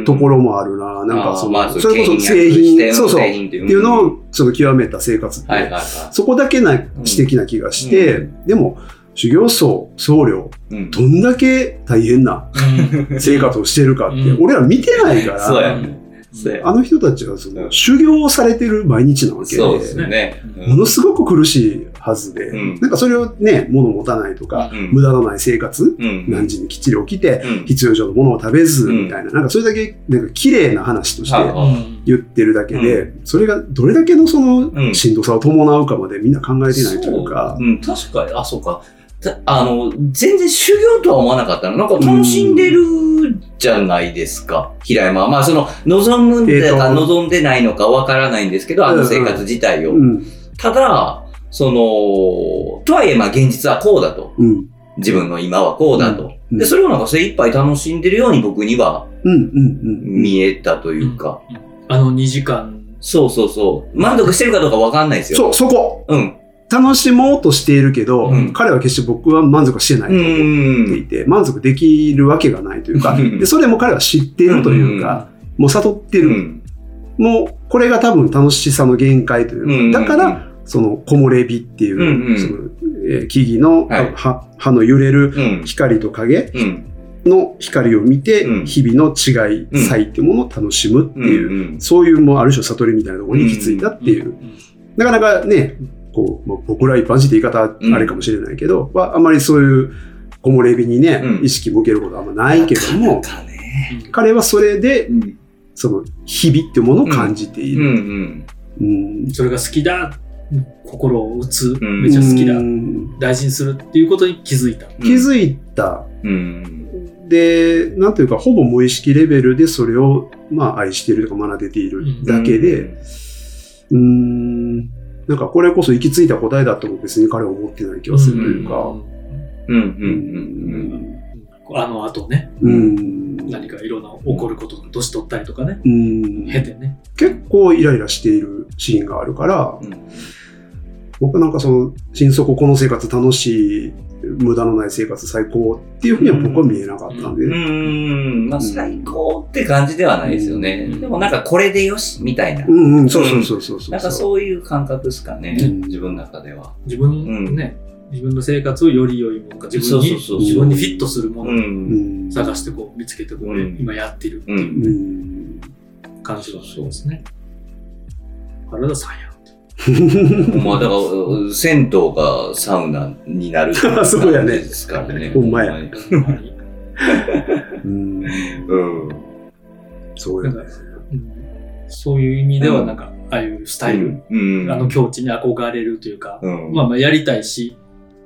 A: ん
B: ところもあるな、なんかその、
A: あーまあ
B: それこそ
A: 契
B: 製
A: 約して
B: 品、そうそう、っ
A: 製
B: て
A: 品ってい
B: いうのを、その極めた生活って、
A: はいはいは
B: そこだけな、知的な気がして、でも、修行僧、僧侶、
A: い。うん
B: どんだけ大変な生活をしてるかって、
C: うん
B: 俺ら見てないから、
A: そうや
C: う
A: ね。そうや
B: あの人たちはその、
A: うん
B: 修行をされてる毎日なわけで、
A: そうですね。
C: うん
B: ものすごく苦しいはずで、
A: うん
B: なんかそれをね、物持たないとか、
A: うん
B: 無駄のない生活、
A: うん
B: 何時にきっちり起きて、
A: うん
B: 必要以上のものを食べず、
A: うん
B: みたいな、なんかそれだけ、なんか綺麗な話とし
A: は
B: て
A: い
C: うん
B: 言ってるだけで、それがどれだけのその、
A: うん
B: しんどさを伴うかまでみんな考えてないというか
A: そ、うん、確かに、あ、そうか。たあの、全然修行とは思わなかったの。なんか楽しんでるじゃないですか、平山は。まあ、その、望むんだ
B: え
A: か
B: ーと
A: 望んでないのかわからないんですけど、あの生活自体を。
B: うん、
A: ただ、その、とはいえ、まあ、現実はこうだと。
B: うん、
A: 自分の今はこうだと。
B: うん
A: で、それをなんか精一杯楽しんでるように僕には
B: うん、うん、うん。
A: 見えたというか。
C: あの2時間。
A: そうそうそう。満足してるかどうかわかんないですよ。
B: そう、そこ
A: う。うん。
B: 楽しもうとしているけど、
A: うん
B: 彼は決して僕は満足はしてないと
A: う
B: 思う。って
A: ん。
B: いて、満足できるわけがないというか、
A: うん
B: でそれも彼は知っているというか、もう悟って
A: う
B: る。
A: ん。
B: もう、これが多分楽しさの限界というか、だから、、その、木漏れ日っていう、
A: うんうん
B: そのえー木々の、
A: はい
B: 葉葉の揺れる
A: うん。
B: 光と影
A: うん。
B: の光を見て、
A: うん
B: 日々の違い、
A: うん
B: 差異っていうものを楽しむっていう、
A: うん
B: そういうもうある種悟りみたいなところに行き着いたっていう、
C: ん。
B: なかなかね、こう、まあ僕ら一般人って言い方あれかもしれないけど、はあまりそういう木漏れ日にね、
A: うん
B: 意識向けることはあんまないけども、
A: なかなかね。
B: 彼はそれで、
A: うん。
B: その、日々っていうものを感じていうる。
A: ん。
B: うん
C: それが好きだ。心を打つ。
A: うん
C: めっちゃ好きだ
B: う。ん
C: 大事にするっていうことに気づいた。
B: 気づいた。
A: うん。
B: で、なんというか、ほぼ無意識レベルでそれを、まあ、愛しているとか学べているだけで、うん、なんかこれこそ行き着いた答えだとも別に彼は思ってない気がするというか、
A: うん。うん。う
B: う
A: ん。
C: うんあの後ね、
B: うん
C: 何かいろんな起こることと年取ったりとかね、
B: うん
C: 経てね。
B: 結構イライラしているシーンがあるから、
A: うん。
B: 僕なんかその、心底この生活楽しい、無駄のない生活最高っていうふうには僕は見えなかったんで、
A: うーん、まあ、最高って感じではないですよね。
B: うん
A: でもなんかこれでよし、みたいな。
B: うんうん、そうそうそうそうそう。
A: なんかそういう感覚ですかね、
B: うん
A: 自分の中では。
C: 自分、
A: うん
C: ね、自分の生活をより良いものか、自分に
A: そうそうそう
C: 自分にフィットするも
A: う。
C: の
B: うんん。
C: 探してこう見つけてこう、ね
A: うん
C: 今やってるって
A: うん
C: いう
B: う
C: ね
B: ん。
C: 感じがありますね。原田さんや。
A: まあだから、銭湯がサウナになるってい感じ
B: そうやね
A: ですからね。
B: ほんまや
A: に
C: ほんまに
B: う
A: う
B: ん。
A: ん。
B: そう
C: な
B: よ
C: ん
B: ね
C: かうんそういう意味では、なんか、ああいうスタイル、
A: うん。
C: あの境地に憧れるというか、
A: うん。
C: まあまあやりたいし、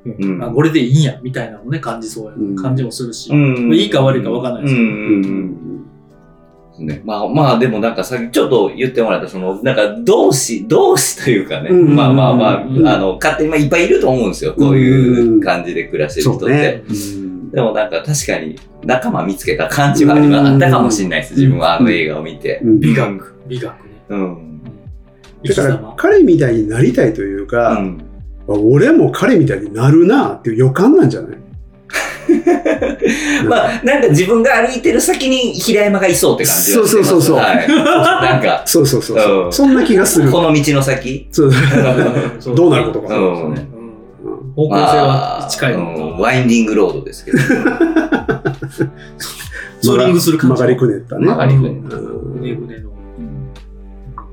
A: うん
C: あこれでいいんや、みたいなのもね、感じそうや、
B: うん
C: 感じもするし、
A: うん
C: いいか悪いかわかんないですけど
A: うんうんうんね、まあまあでもなんかさっきちょっと言ってもらったそのなんか同志同志というかね、
B: うん
A: まあまあまあ、
C: うん
A: あの勝手にまあいっぱいいると思うんですよこういう感じで暮らしてる
B: そ
A: 人っ
B: う
A: て、
B: ね。
A: でもなんか確かに仲間見つけた感じはありまあったかもしれないです自分はあの映画を見て、
B: うん
C: 美学、美学ね。
A: うん
C: 生
B: だ
C: き
B: か
C: 様
B: ら。彼みたいになりたいという
A: う
B: か、
A: ん
B: 俺も彼みたいになるなっていう予感なんじゃない
A: まあなんか自分が歩いてる先に平山がいそうって感じがしてます
B: そうそうそうそう
A: はい、なんか
B: そうそうそうそうう。
A: ん
B: そんな気がする。
A: この道の先
B: そう
C: そ
B: どうなることか
C: そうですねうん方向性は近い
A: ま
C: の
A: あ
C: か
A: うんワインディングロード ですけど
C: ツーリングする感
B: 曲
C: じ
B: がりくねったね。
A: 曲がりくねっ
B: うん
C: 胸胸の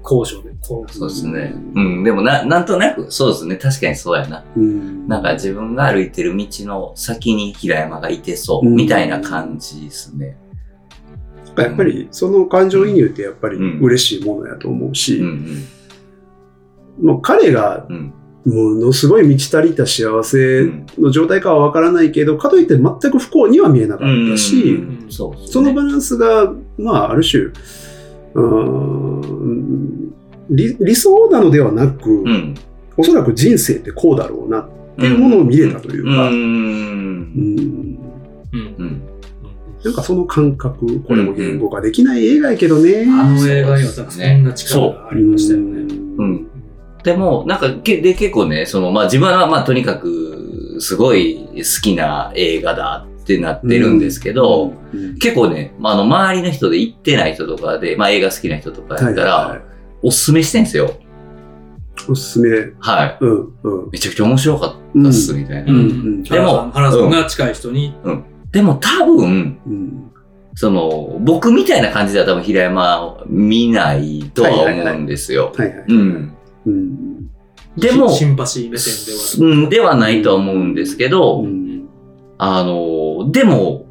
C: 高所で、こう
A: そうですね。うん、でもな、なんとなく、そうですね。確かにそうやな。
B: うん
A: なんか自分が歩いてる道の先に平山がいてそう、
B: うん
A: みたいな感じですね。
B: やっぱりその感情移入ってやっぱり嬉しいものやと思うし、
A: うん
B: もう彼が
A: うん。うん
B: ものすごい満ち足りた幸
A: う
B: せ
A: ん。
B: の状態かはわからないけど、かといって全く不幸には見えなか
A: うん
B: ったし、
A: うんそうっすね
B: そのバランスが、まあ、ある種、うーん理理想なのではなく、
A: うん。っ
B: おそらく人生ってこうだろうなっていうものを見れたというか、
A: う。
B: うんん
C: うん
A: うん。
B: なんかその感覚、これも言語化できない映画やけどね。
C: あの映画にはさそんな力がありましたよね。
A: う
B: ね。
A: ん。でも、なんか、けで、結構ね、その、まあ自分は、まあとにかく、すごい好きな映画だってなってるんですけど、
B: うん
A: 結構ね、まあ、あの、周りの人で行ってない人とかで、まあ、映画好きな人とかやったら、
B: はいはい
A: おすすめしてんすよ。
B: おすすめ。うん、
A: はい。
B: うん。
A: めちゃくちゃ面白かったっす、みたいな。
B: うん
C: うん
A: でも
C: 原田さんが近い人に、
A: でも多分、
B: うん。
A: その、僕みたいな感じでは多分平山を見ないとは思うんですよ。
B: はいはい。
A: うん。
B: うん。
A: でも、
C: シンパシー目線では。
A: うん、ではないとは思うんですけど、
B: うん
A: あの、でも、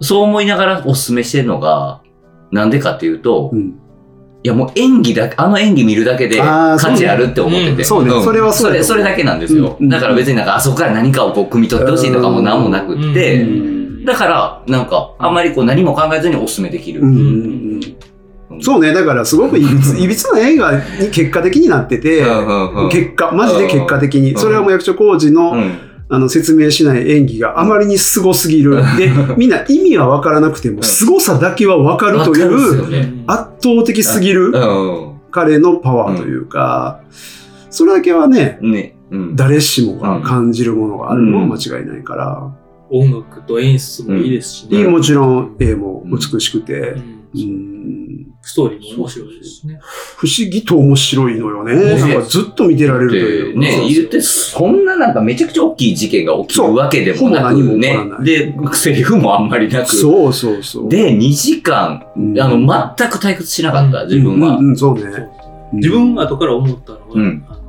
A: そう思いながらおすすめしてるのが、なんでかっていうと、
B: う
A: い
B: ん。
A: やもう演技だけ、あの演技見るだけで
B: あー
A: 価値あるって思ってて。
B: そうねうんそ
A: ん
B: うねそれはそ
A: そ
B: うだと思
A: れ、
B: う
A: それだけなんですよ。
B: うん
A: だから別になんか、あそこから何かをこう、汲み取ってほしいとかも何もなくって、
B: うん
A: だから、なんか、あんまりこう何も考えずにお勧めできる。
B: うん
C: ん
A: うん
B: そうね、だからすごくいびついびつな映画に結果的になってて、
A: うんうんうん
B: 結果、マジで結果的
A: う
B: に。
A: ん
B: それはもう役所広司の,、
A: うん
B: あの説明しない演技があまりに凄すぎる。で、みんな意味はわからなくても、凄さだけはわかるとい
A: わかるっす
B: う、
A: よね
B: 圧倒的すぎる
A: う
B: 彼のパワーというか、それだけはね、
A: ん。ね。うん。
B: 誰しもが感じるものがあるのは間違いないから、
C: 音楽と演出もいいです
A: う
C: し
A: ん
C: ね。
B: いいも
C: ち
B: ちろん絵も美しくて、うん
C: ストーリーも面白いですしね。
B: 不思議と面白いのよね。
A: ね
B: なんかずっと見てられるという
A: で
B: か。
A: ね、言って、そんななんかめちゃくちゃ大きい事件が起きるわけでもな
B: そうほぼ何
A: く
B: も起
A: ね
B: こらな。い
A: で、セリフもあんまりなく。
B: そうそうそう。
A: で、2時間、
B: うん、
A: あの、全く退屈しなかった、自分は
B: うん。うん、そう
C: そう
B: ね。
C: 自分後から思ったのは、
A: うん
C: あの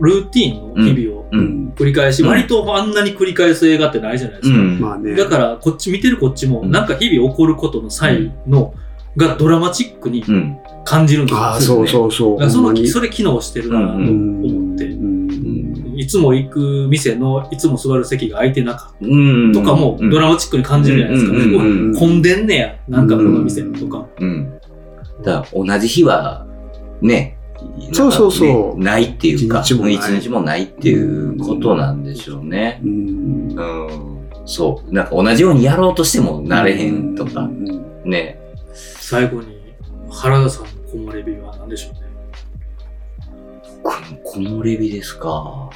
C: ルーティンの日々を
A: う。
B: うんん、
C: 繰り返し、
A: うん
C: 割とあんなに繰り返す映画ってないじゃないで
A: う
C: すか。
A: ん。
B: まあね。
C: だから、こっち見てるこっちも、
A: うん
C: なんか日々起こることの際の、がドラマチックに
A: うん。
C: 感じるんですよ。
B: ああ、そうそうそう。
C: だからそ
B: ほんま
C: の
B: に
C: それ機能してるなと
A: うん
C: 思って、
B: うん
C: いつも行く店のいつも座る席が空いてなかっ
A: うん。
C: たとかもドラマチックに感じるじゃないですか。
A: うんうんうんうん
C: うわ混んでんねや、なんかこの店とか。
A: うん。だから同じ日は、ね。
B: そうそうそう
A: なんかねないっていうか、
B: 一日もない
A: 一日もないっていうことなんでしょうね。
B: うん
A: うん。そう。なんか同じようにやろうとしてもなれへんと
B: う
A: か、
B: ん
A: ね。
C: 最後に、原田さんの木漏れ日は何でしょうね。
A: この、このレビですか。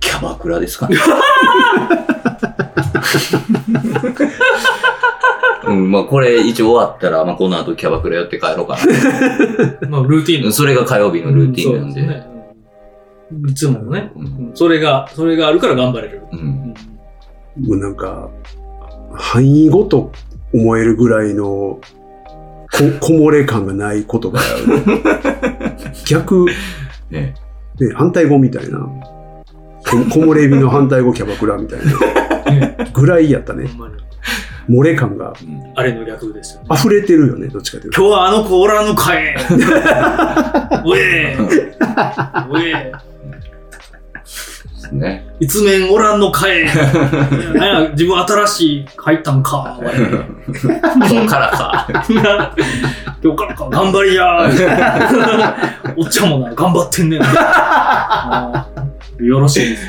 A: キャバクラですか ね。うん、まあこれ一応終わったら、まあこの後キャバクラ寄って帰ろうか
C: まあ、ルーティン
A: な。それが火曜日のルーティンなんで。
C: うそうすねうんいつものね、
A: うん
C: うんそれが、それがあるから頑張れる。
A: うん
B: もうなんか、範囲ごと思えるぐらいの、こ、こもれ感がない言葉や 逆、ね、
A: ね
B: 反対語みたいな。ここもれびの反対語キャバクラみたい
C: ね
B: な。ぐらいやったね。
C: ほんまに
B: 漏れ感が
A: うん
C: あれの略ですよね。
B: 溢れてるよね、どっちかというと。
C: 今日はあの子おらんのかい おえおえ
A: ですね。
C: 一面おらんのかいいやなんや自分新しい入ったんか
A: ここからか。
C: 今日からか頑張りやおっちゃんもな頑張ってんねんあーよろしいです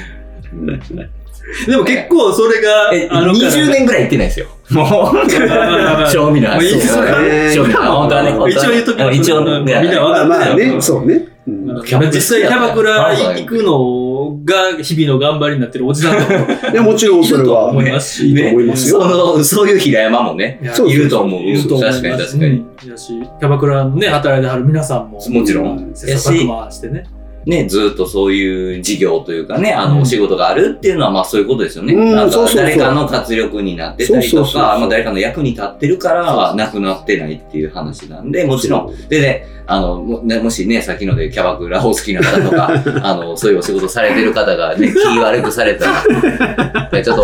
C: でも結構それが
A: え、
C: あの
A: 20年ぐらい行ってないですよ。もう、
C: 一
A: 賞味の
C: まあいいですよ
B: ね
A: 賞味の本当はね、本当は
C: 応
A: ね
C: 言っときます
A: 一応ね、
C: みんな分か
B: ま
C: っ
B: あ
C: て
B: まあ
C: ない
B: ね、そうね。うん
C: 実際キャバクラ行くのが日々の頑張りになってるおじさんとかも
B: いや、もちろん
C: い
B: そ
C: る
B: れ
C: と思
B: は。
C: いますし、
B: いいと思いますよ。
A: その、そういう平山もね、
C: いや
B: そう
A: いると思う。
C: いると思います
A: 確かに確かに。
C: うんだし、キャバクラのね、働いてはる皆さんも、
A: もちろん。
C: 切磋琢磨してね。
A: ね、ずっとそういう事業というかね、あの、お仕事があるっていうのは、まあそういうことですよね。
B: うん
A: なんか
B: そうそうそう
A: 誰かの活力になってたり
B: そ
A: と
B: うそうそう
A: か、
B: そう
A: まあ誰かの役に立ってるから、なくなってないっていう話なんで、もちろん。でね、あの、も,、ね、もしね、さっきのでキャバクラを好きな方と か、あの、そういうお仕事されてる方がね、気悪くされた ら、ちょっと、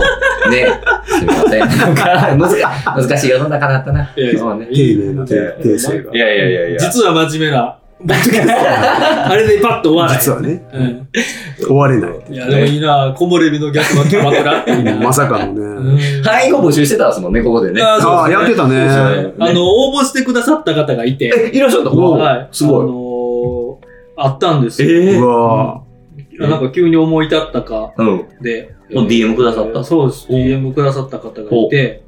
A: ね、すみません。なんか 難しい 難しい世の中だったな。
C: いやいや
A: そうね。
B: 丁寧な訂訂正が。
A: いやいやいやいや。
C: 実は真面目な、 あれでパッと終わらない。
B: 実はね、
C: うん
B: 終われない。
C: いや、でもいいな、木漏れ日の逆のキャバクラっていいな。
B: まさかの
C: うん
B: ね。
A: 範囲を募集してたんですもんね、ここでね。
C: あ
B: ああ、
C: そう
B: やっ
C: ですね
B: てたね。
C: あの、応募してくださった方がいて、
A: え、いらっしゃった
B: お
C: はい。
B: すごい
C: あのーあったんですよ。
A: え
B: うわ
C: いやなんか急に思い立ったか
A: うん。
C: で。
A: もう DM くださった
C: そうです。DM くださった方がいて、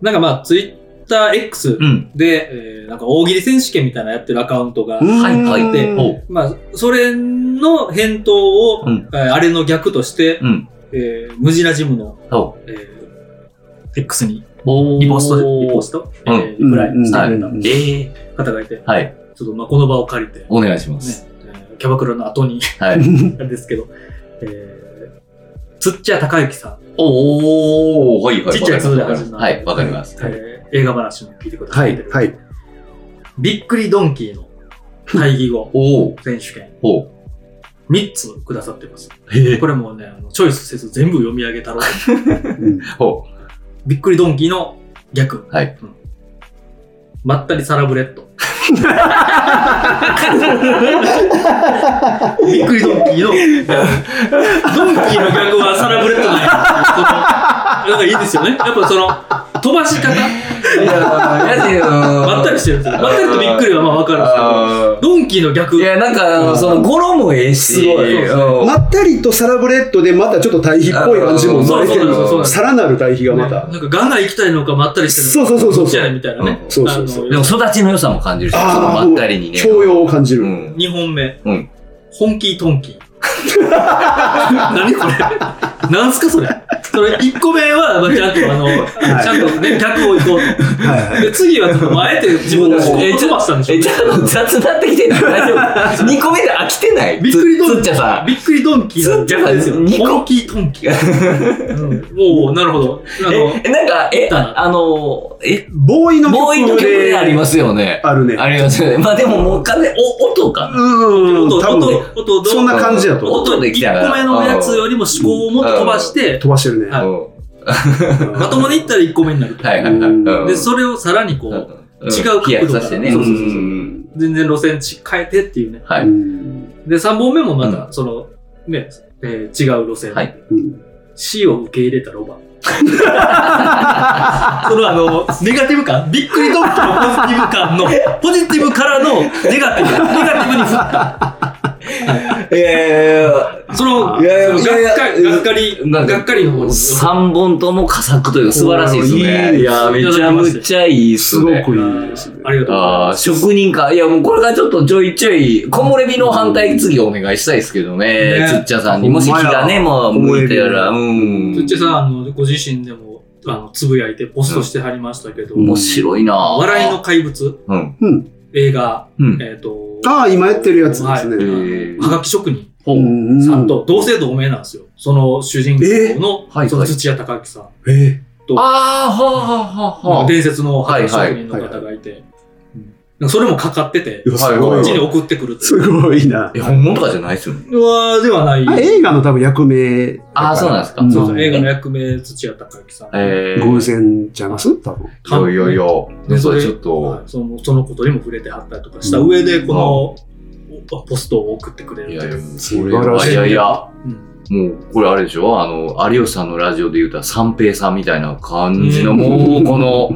C: なんかまあ、ツイッター X
A: うん。
C: で、えーなんか大喜利選手権みたいなのやってるアカウントが、
B: ー。うん
A: はいはい
C: で
A: おう。
C: まあ、それの返答を、
A: うん
C: えーあれの逆として、
A: うん。
C: えー、ムジラジムの、
A: そ
C: えー X に
A: う。お
C: リポスト、リポスト、え
A: うん
C: ーリプライして
A: はい
C: くれ
B: うん
A: ええ
C: た方がいて、
A: はい。
C: ちょっとまあこの場を借りて、ね、
A: お願いします。
C: えーキャバクラの後に
A: はい。
C: なんですけど、えー、つっちゃ高之さん、
A: おー、はいはい。
C: ちっちゃい通
A: わ
C: な
A: か
C: 感
A: りま
C: じ
A: す
C: の
A: はい、わかります。
C: えー映画話も聞いてくだ
B: は
C: さい
B: い、はい。
C: びっくりドンキーの対義語
A: おー、
C: 選手権
A: おう。
C: 3つくださってます。
A: へえ。
C: これもうね、あのチョイスせず全部読み上げたろう。
B: うん
A: おう。
C: びっくりドンキーの逆。
A: はい
C: うん。まったりサラブレッ ド。びっくりドンキーの、ドンキーの逆はサラブレッドなんや。そのなんかいいですよね。やっぱその、飛ばし方。
A: いやだけど
C: まったりしてるんですよ。まったりとびっくりはまあわかるんですけど、
A: あ
C: ドンキーの
A: ー
C: 逆。
A: いや、なんか、
B: うん
A: その語呂もええし。
C: すごい
A: うん
B: まったりとサラブレッドでまたちょっと対比っぽい感じも生まれて
C: そうそうそうそ
B: る。
C: う
B: さらなる対比がま
C: ね
B: た。
C: なんかガンガン行きたいのかまったりしてるのか。
B: そうそうそうそう
C: どっちやねんみたいなね。
A: うん
B: そうそうそう。
A: でも育ちの良さも感じるし、その
B: ああ、
A: ま
B: もう
A: ったりにね。
B: 教養を感じ
A: う
B: る。
A: ん。
C: 2本目。
A: うん
C: 本気トンキー。 何これ何すかそれ。それ1個目は、まあ、ちゃんとあの、ちゃんとね、逆を行こう
B: はい
C: と。
B: はい。
C: で、次はちょっと前 で自分の思考を
A: えちょ
C: 飛ばしたんでしょ
A: え、ちゃんと雑なってきてんの大丈夫 ?2 個目で飽きてない
C: びっくりド
A: つ
C: ン
A: っち
C: キ
A: ゃさ
C: ー。
A: ん。
C: びっくりドンキーの逆ですよ。
A: 二個
C: 本気トン キー。うんもう、なるほど。あの、
A: え、なんか、え、ああの、え、
B: ボーイの
A: ボーイの
B: 曲。
A: 曲でありますすよね。
B: あるね。
A: ありますよね。まあでももう完全にお音かな。
B: うん、
C: 音、
B: 多
C: 音、
B: 分ね
C: 音、音、
B: そんな感じだと思う。
A: 音できたから。
C: 1個目のやつよりも思考をもっと飛ばして、
B: 飛ばしてるね。
C: はい
A: うん
C: まともにいったら1個目になると。
A: はいはいはい。うん
C: で、それをさらにこう、
A: うん
C: 違う角度から
A: 飛躍させてね。
C: そうそうそう
A: う
C: そうん全然路線ち変えてっていうね。
A: は
B: う
A: い。
B: ん
C: で、3本目もまた、その、ね、えー違う路線。
A: はい
B: うん。
C: C を受け入れた ロバ。そのあの、ネガティブ感、びっくりドンキのポジティブ感の、ポジティブからのネガティブ、ネガティブに振った。
A: いやいや
C: その、
A: い
C: その
A: やいや
C: がっ
A: いやいや
C: かり、がっかり、
A: なんか
C: がっかりの方です。
A: 3本とも佳作というか素晴らしいです
B: おー
A: ね。
B: いい
A: いや、めちゃめちゃいいっ
B: す
A: す
B: ごくい
A: ね。
B: いですね。
C: ありがとうござい
A: あ
C: ま
A: あ、
C: す。
A: 職人か。いや、もうこれがちょっとちょいちょい、木漏れ日の反対次お願いしたいですけどね
C: ね。
A: つっちゃさんに。もし気がね、もう向いてたら、
B: 木
A: うん。
C: そしてさん、あの、ご自身でも、あの、つぶやいて、ポストしてはりましたけど、
A: 面白いな
C: 笑いの。怪物、
A: うん。
B: うん。
C: 映画、
A: うん。
C: えっと、
B: ああ、今やってるやつですね。
A: え
C: はい
A: ー
C: はがき職人
A: ほ
B: う
A: う。
B: んうん
C: さんと同姓同名なんですよ。その主人公の、
A: えはい
C: その土屋隆明さん。
B: え
A: ああ、はあはあはあ。
C: 伝説のはがき職人の方がいて、うんそれもかかってて
B: え、いやす
A: は
B: ご
C: こ
A: い
C: っ
B: い
C: ちに
B: わ。
C: 送ってくるって
B: す
C: いう。
B: ごいな
A: え、。本物とかじゃないっすよね。
C: うわーではない。
B: あ映画の多分役名。
A: ああ、そうなんですか。
C: そうそう、
B: うん
C: 映画の役名、土屋隆之さん。
A: えー。
B: 偶然ちゃいます多分。
A: いやいやいや。ね、それちょっ
C: はい
A: と。
C: そのそのことにも触れてはったりとかした上で、このおポストを送ってくれる
A: い
C: と
A: やいや、もう
B: 素
A: これ
B: 晴ら
A: は
B: しい
A: いやいや。
C: うん
A: もう、これあれでしょあの、有吉さんのラジオで言うたら、三平さんみたいな感じの、
C: うん
A: もう、こ の、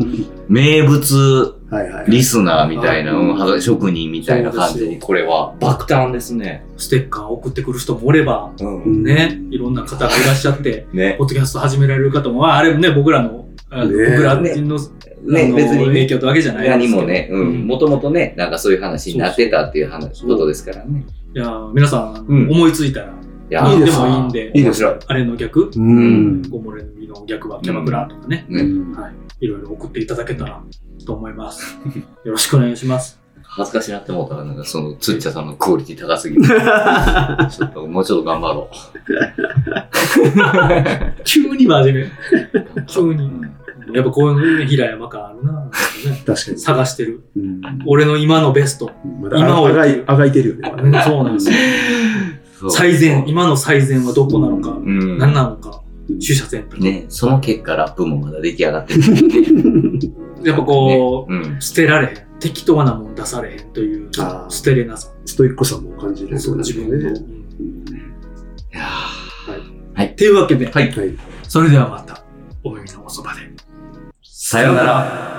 A: 名物
B: はいはい。
A: リスナーみたいな、
B: うん
A: うん職人みたいな感じ
C: そうで
A: に、これは爆誕ですね。
C: ステッカーを送ってくる人もおれば、
A: うん。
C: ね、いろんな方がいらっしゃって、
A: ね。
C: ポッドキャスト始められる方も、ああれもね、僕らの、あの
B: ね
C: 僕らの,、あの影響ってわけじゃないですけ
A: 何
C: ど
A: もね、うん。もともとね、なんかそういう話になってたっていう話、
C: そうそう
A: ことですからね。
C: いやー、皆さん、あの
A: うん
C: 思いついたら、
A: いや
B: いい
C: で
B: です
C: もいいんで、
A: 面白い。
C: あれの逆、
B: う
A: うん
B: ん。
C: ゴモレの実の逆はキャバクラとかね、
A: ね
C: いろいろ送っていただけたらと思います。よろしくお願いします。
A: 恥ずかしなって思ったら、なんかその、つっちゃさんのクオリティ高すぎ て。ちょっと、もうちょっと頑張ろ
C: 急に真 面目。
A: う。
C: 急に。やっぱこういうね平山感あるな、ね、
B: 確かに。
C: 探してる。
B: うん
C: 俺の今のベスト。
B: まだ
C: 今を
B: あがい、あがいてるよね。
C: うんそうなんですよ。
A: そう
C: 最善、今の最善はどこなのか、
A: うん。
C: 何なのか、取捨選択。
A: ね、その結果ラップもまだ出来上がってる。
C: やっぱこう、
A: うん。
C: 捨てられへん。適当なもん出されへんという、
B: あー
C: 捨てれなさ。
B: ストイックさも感じる
C: そう、
B: ね
C: 自分の。うん
A: いや
C: っていうわけで、
A: はい
B: はい。
C: それではまた、お耳のおそばで。
A: さようなら。